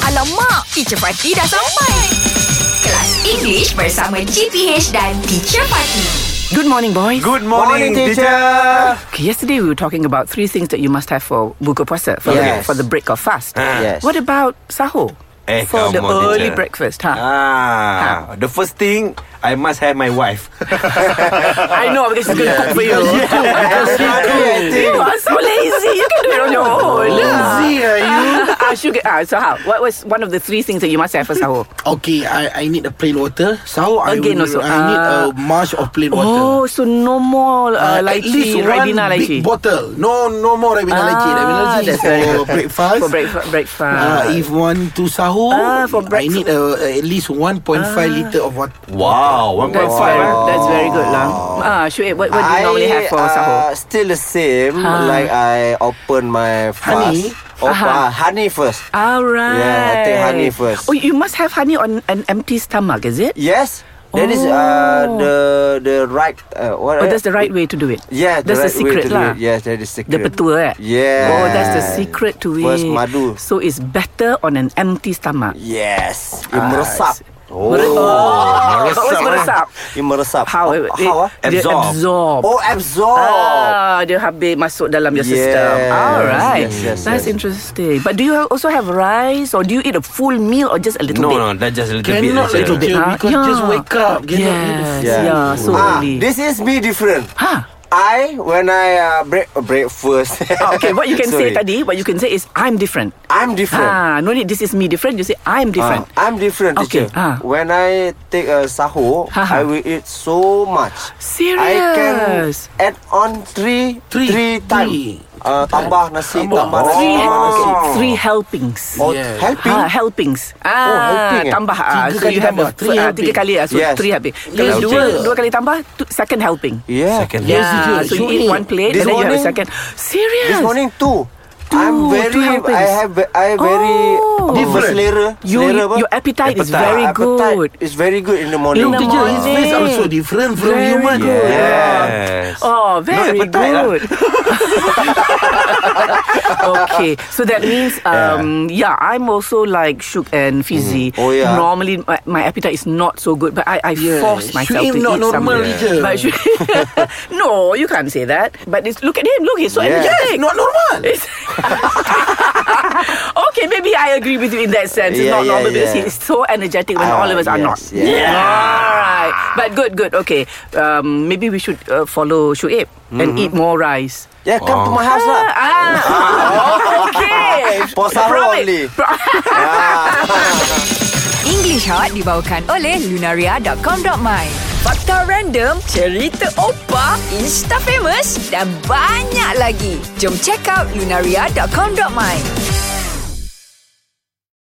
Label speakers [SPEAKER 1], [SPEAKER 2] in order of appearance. [SPEAKER 1] Kalau mak, teacher Fatih dah sampai. Kelas English bersama GPH dan teacher Fatih.
[SPEAKER 2] Good morning, boys.
[SPEAKER 3] Good morning, teacher.
[SPEAKER 2] Okay, yesterday we were talking about three things that you must have for buka puasa, for, the,
[SPEAKER 3] Yes. Ah.
[SPEAKER 2] for the break of fast.
[SPEAKER 3] Yes.
[SPEAKER 2] What about sahur?
[SPEAKER 3] Eh,
[SPEAKER 2] for the
[SPEAKER 3] come on,
[SPEAKER 2] early
[SPEAKER 3] teacher.
[SPEAKER 2] breakfast, huh?
[SPEAKER 3] Ah, the first thing I must have my wife. Ah.
[SPEAKER 2] I know because she's going to cook for you.
[SPEAKER 3] Because she cook.
[SPEAKER 2] You are so lazy. You can do it on your own. Lazy are you? ah, sugar. Ah, so how? What was one of the three things that you must have for sahur?
[SPEAKER 4] Okay, I I need a plain water. So I
[SPEAKER 2] Again
[SPEAKER 4] will,
[SPEAKER 2] also,
[SPEAKER 4] I need a
[SPEAKER 2] uh,
[SPEAKER 4] mush of plain water.
[SPEAKER 2] Oh, so no more uh,
[SPEAKER 4] at
[SPEAKER 2] lychee,
[SPEAKER 4] least one
[SPEAKER 2] ribena lychee.
[SPEAKER 4] big bottle. No, no more ribena
[SPEAKER 2] Ah,
[SPEAKER 4] lychee. Ribena lychee is
[SPEAKER 2] that's very
[SPEAKER 4] for
[SPEAKER 2] good.
[SPEAKER 4] breakfast.
[SPEAKER 2] for breakfast. breakfast.
[SPEAKER 4] Uh, if want to sahur,
[SPEAKER 2] Ah, for
[SPEAKER 4] I
[SPEAKER 2] breakfast. Ah.
[SPEAKER 4] need uh, at least 1.5 liter of water.
[SPEAKER 3] Wow, one point
[SPEAKER 2] That's,
[SPEAKER 3] five.
[SPEAKER 2] very, that's very good lah. Ah, Shuib, what, what do you normally have for sahur?
[SPEAKER 5] Uh, still the same.
[SPEAKER 2] Ah.
[SPEAKER 5] Like I open my fast.
[SPEAKER 4] Honey?
[SPEAKER 5] Open,
[SPEAKER 2] Aha. Ah.
[SPEAKER 5] uh honey first.
[SPEAKER 2] All right.
[SPEAKER 5] Yeah, I take honey first.
[SPEAKER 2] Oh, you must have honey on an empty stomach, is it?
[SPEAKER 5] Yes. That is uh,
[SPEAKER 2] Oh.
[SPEAKER 5] the the right. Uh, what?
[SPEAKER 2] Oh, that's the right way to do it.
[SPEAKER 5] Yeah,
[SPEAKER 2] that's the,
[SPEAKER 5] right
[SPEAKER 2] secret
[SPEAKER 5] way to do
[SPEAKER 2] lah.
[SPEAKER 5] it. Yes, that is
[SPEAKER 2] The
[SPEAKER 5] secret.
[SPEAKER 2] petua, eh?
[SPEAKER 5] Yeah.
[SPEAKER 2] Oh, that's the secret to it.
[SPEAKER 5] First madu.
[SPEAKER 2] So it's better on an empty stomach.
[SPEAKER 5] Yes.
[SPEAKER 2] Ah,
[SPEAKER 5] It meresap.
[SPEAKER 2] Oh, meresap. What's meresap?
[SPEAKER 5] It meresap.
[SPEAKER 2] Oh, How?
[SPEAKER 5] eh? How?
[SPEAKER 2] They,
[SPEAKER 5] how ah?
[SPEAKER 2] they
[SPEAKER 3] Absorb.
[SPEAKER 2] absorb.
[SPEAKER 5] Oh, absorb.
[SPEAKER 2] Ah, dia habis masuk dalam your
[SPEAKER 5] Yes,
[SPEAKER 2] system. Alright.
[SPEAKER 5] yes, yes,
[SPEAKER 2] That's
[SPEAKER 5] yes.
[SPEAKER 2] interesting. But do you ha- also have rice or do you eat a full meal or just a little
[SPEAKER 3] No,
[SPEAKER 2] bit?
[SPEAKER 3] no, that's just a little bit.
[SPEAKER 4] Cannot
[SPEAKER 3] teacher.
[SPEAKER 4] little bit
[SPEAKER 2] Ah,
[SPEAKER 4] because
[SPEAKER 2] yeah.
[SPEAKER 4] just wake up. Cannot
[SPEAKER 2] Yes.
[SPEAKER 4] eat the-
[SPEAKER 2] Yeah, so
[SPEAKER 5] ah,
[SPEAKER 2] early.
[SPEAKER 5] This is me different.
[SPEAKER 2] Huh?
[SPEAKER 5] I when I uh, break breakfast.
[SPEAKER 2] Ah, okay, what you can say
[SPEAKER 5] Sorry.
[SPEAKER 2] tadi, what you can say is I'm different.
[SPEAKER 5] I'm different.
[SPEAKER 2] Ah, no need. This is me different. You say I'm different.
[SPEAKER 5] Ah, I'm different,
[SPEAKER 2] Okay,
[SPEAKER 5] teacher.
[SPEAKER 2] ah.
[SPEAKER 5] When I take a sahur,
[SPEAKER 2] Ha, ha.
[SPEAKER 5] I will eat so much.
[SPEAKER 2] Serious.
[SPEAKER 5] I can add on three,
[SPEAKER 4] Three,
[SPEAKER 5] three
[SPEAKER 4] three.
[SPEAKER 5] times. Uh, tambah nasi, tambah nasi,
[SPEAKER 2] Three,
[SPEAKER 5] tambah nasi.
[SPEAKER 2] three helpings.
[SPEAKER 5] Oh,
[SPEAKER 4] Yeah.
[SPEAKER 5] helping. Oh,
[SPEAKER 2] Ah, helpings. Ah,
[SPEAKER 5] helping, eh?
[SPEAKER 2] tambah. Ah, so
[SPEAKER 4] Tiga kali
[SPEAKER 2] you have
[SPEAKER 4] tambah,
[SPEAKER 2] a-
[SPEAKER 4] three
[SPEAKER 2] ah,
[SPEAKER 4] helping.
[SPEAKER 2] tiga kali. Ah, so
[SPEAKER 5] Yes.
[SPEAKER 2] three helping. Kalau
[SPEAKER 4] Yes, teacher.
[SPEAKER 2] dua, dua kali tambah, tu, second helping.
[SPEAKER 5] Yeah.
[SPEAKER 3] Second.
[SPEAKER 4] Yes,
[SPEAKER 2] yeah,
[SPEAKER 4] teacher.
[SPEAKER 2] so you
[SPEAKER 4] So
[SPEAKER 2] eat
[SPEAKER 4] eat.
[SPEAKER 2] one plate
[SPEAKER 5] This
[SPEAKER 2] and then you have a
[SPEAKER 5] morning-
[SPEAKER 2] second. Serious?
[SPEAKER 5] This morning two. I'm
[SPEAKER 2] Two,
[SPEAKER 5] very,
[SPEAKER 2] two helpings.
[SPEAKER 5] I have, I very
[SPEAKER 2] Oh.
[SPEAKER 5] apa,
[SPEAKER 4] Different.
[SPEAKER 5] selera.
[SPEAKER 2] You,
[SPEAKER 5] selera apa?
[SPEAKER 2] your appetite, is
[SPEAKER 3] Appetite.
[SPEAKER 2] very
[SPEAKER 5] Appetite
[SPEAKER 2] good.
[SPEAKER 5] is very good in the
[SPEAKER 2] In
[SPEAKER 5] morning.
[SPEAKER 2] the
[SPEAKER 4] Teacher, his
[SPEAKER 2] morning.
[SPEAKER 4] face also different from
[SPEAKER 2] Very
[SPEAKER 4] human.
[SPEAKER 2] good.
[SPEAKER 3] Yes.
[SPEAKER 2] Oh, very
[SPEAKER 3] appetite lah.
[SPEAKER 2] good. okay, so that means, um, yeah. I'm also like shook and fizzy.
[SPEAKER 5] Oh, yeah.
[SPEAKER 2] Normally, my, my appetite is not so good, but I, I force
[SPEAKER 4] Shoaib
[SPEAKER 2] myself to
[SPEAKER 4] not
[SPEAKER 2] eat
[SPEAKER 4] normal,
[SPEAKER 2] something.
[SPEAKER 4] teacher.
[SPEAKER 2] But Shoaib- no, you can't say that. But it's, look at him. Look, he's so
[SPEAKER 5] Yeah.
[SPEAKER 2] energetic.
[SPEAKER 4] Not normal.
[SPEAKER 2] It's- okay, maybe I agree with you in that sense. It's
[SPEAKER 5] Yeah,
[SPEAKER 2] not
[SPEAKER 5] yeah,
[SPEAKER 2] normal because
[SPEAKER 5] yeah.
[SPEAKER 2] he's so energetic when
[SPEAKER 5] Ah,
[SPEAKER 2] all of us are
[SPEAKER 5] yes,
[SPEAKER 2] not.
[SPEAKER 5] yeah.
[SPEAKER 2] All right. But good, good. Okay. Um, maybe we should uh, follow Shuib and eat
[SPEAKER 5] Mm-hmm.
[SPEAKER 2] more rice.
[SPEAKER 5] Yeah, come to my house lah.
[SPEAKER 2] Ah, okay.
[SPEAKER 5] For sahur
[SPEAKER 2] Promise.
[SPEAKER 5] only.
[SPEAKER 2] Pro-
[SPEAKER 1] English Hot dibawakan oleh Lunaria.com.my Fakta random, cerita opa, insta famous dan banyak lagi. Jom check out Lunaria.com.my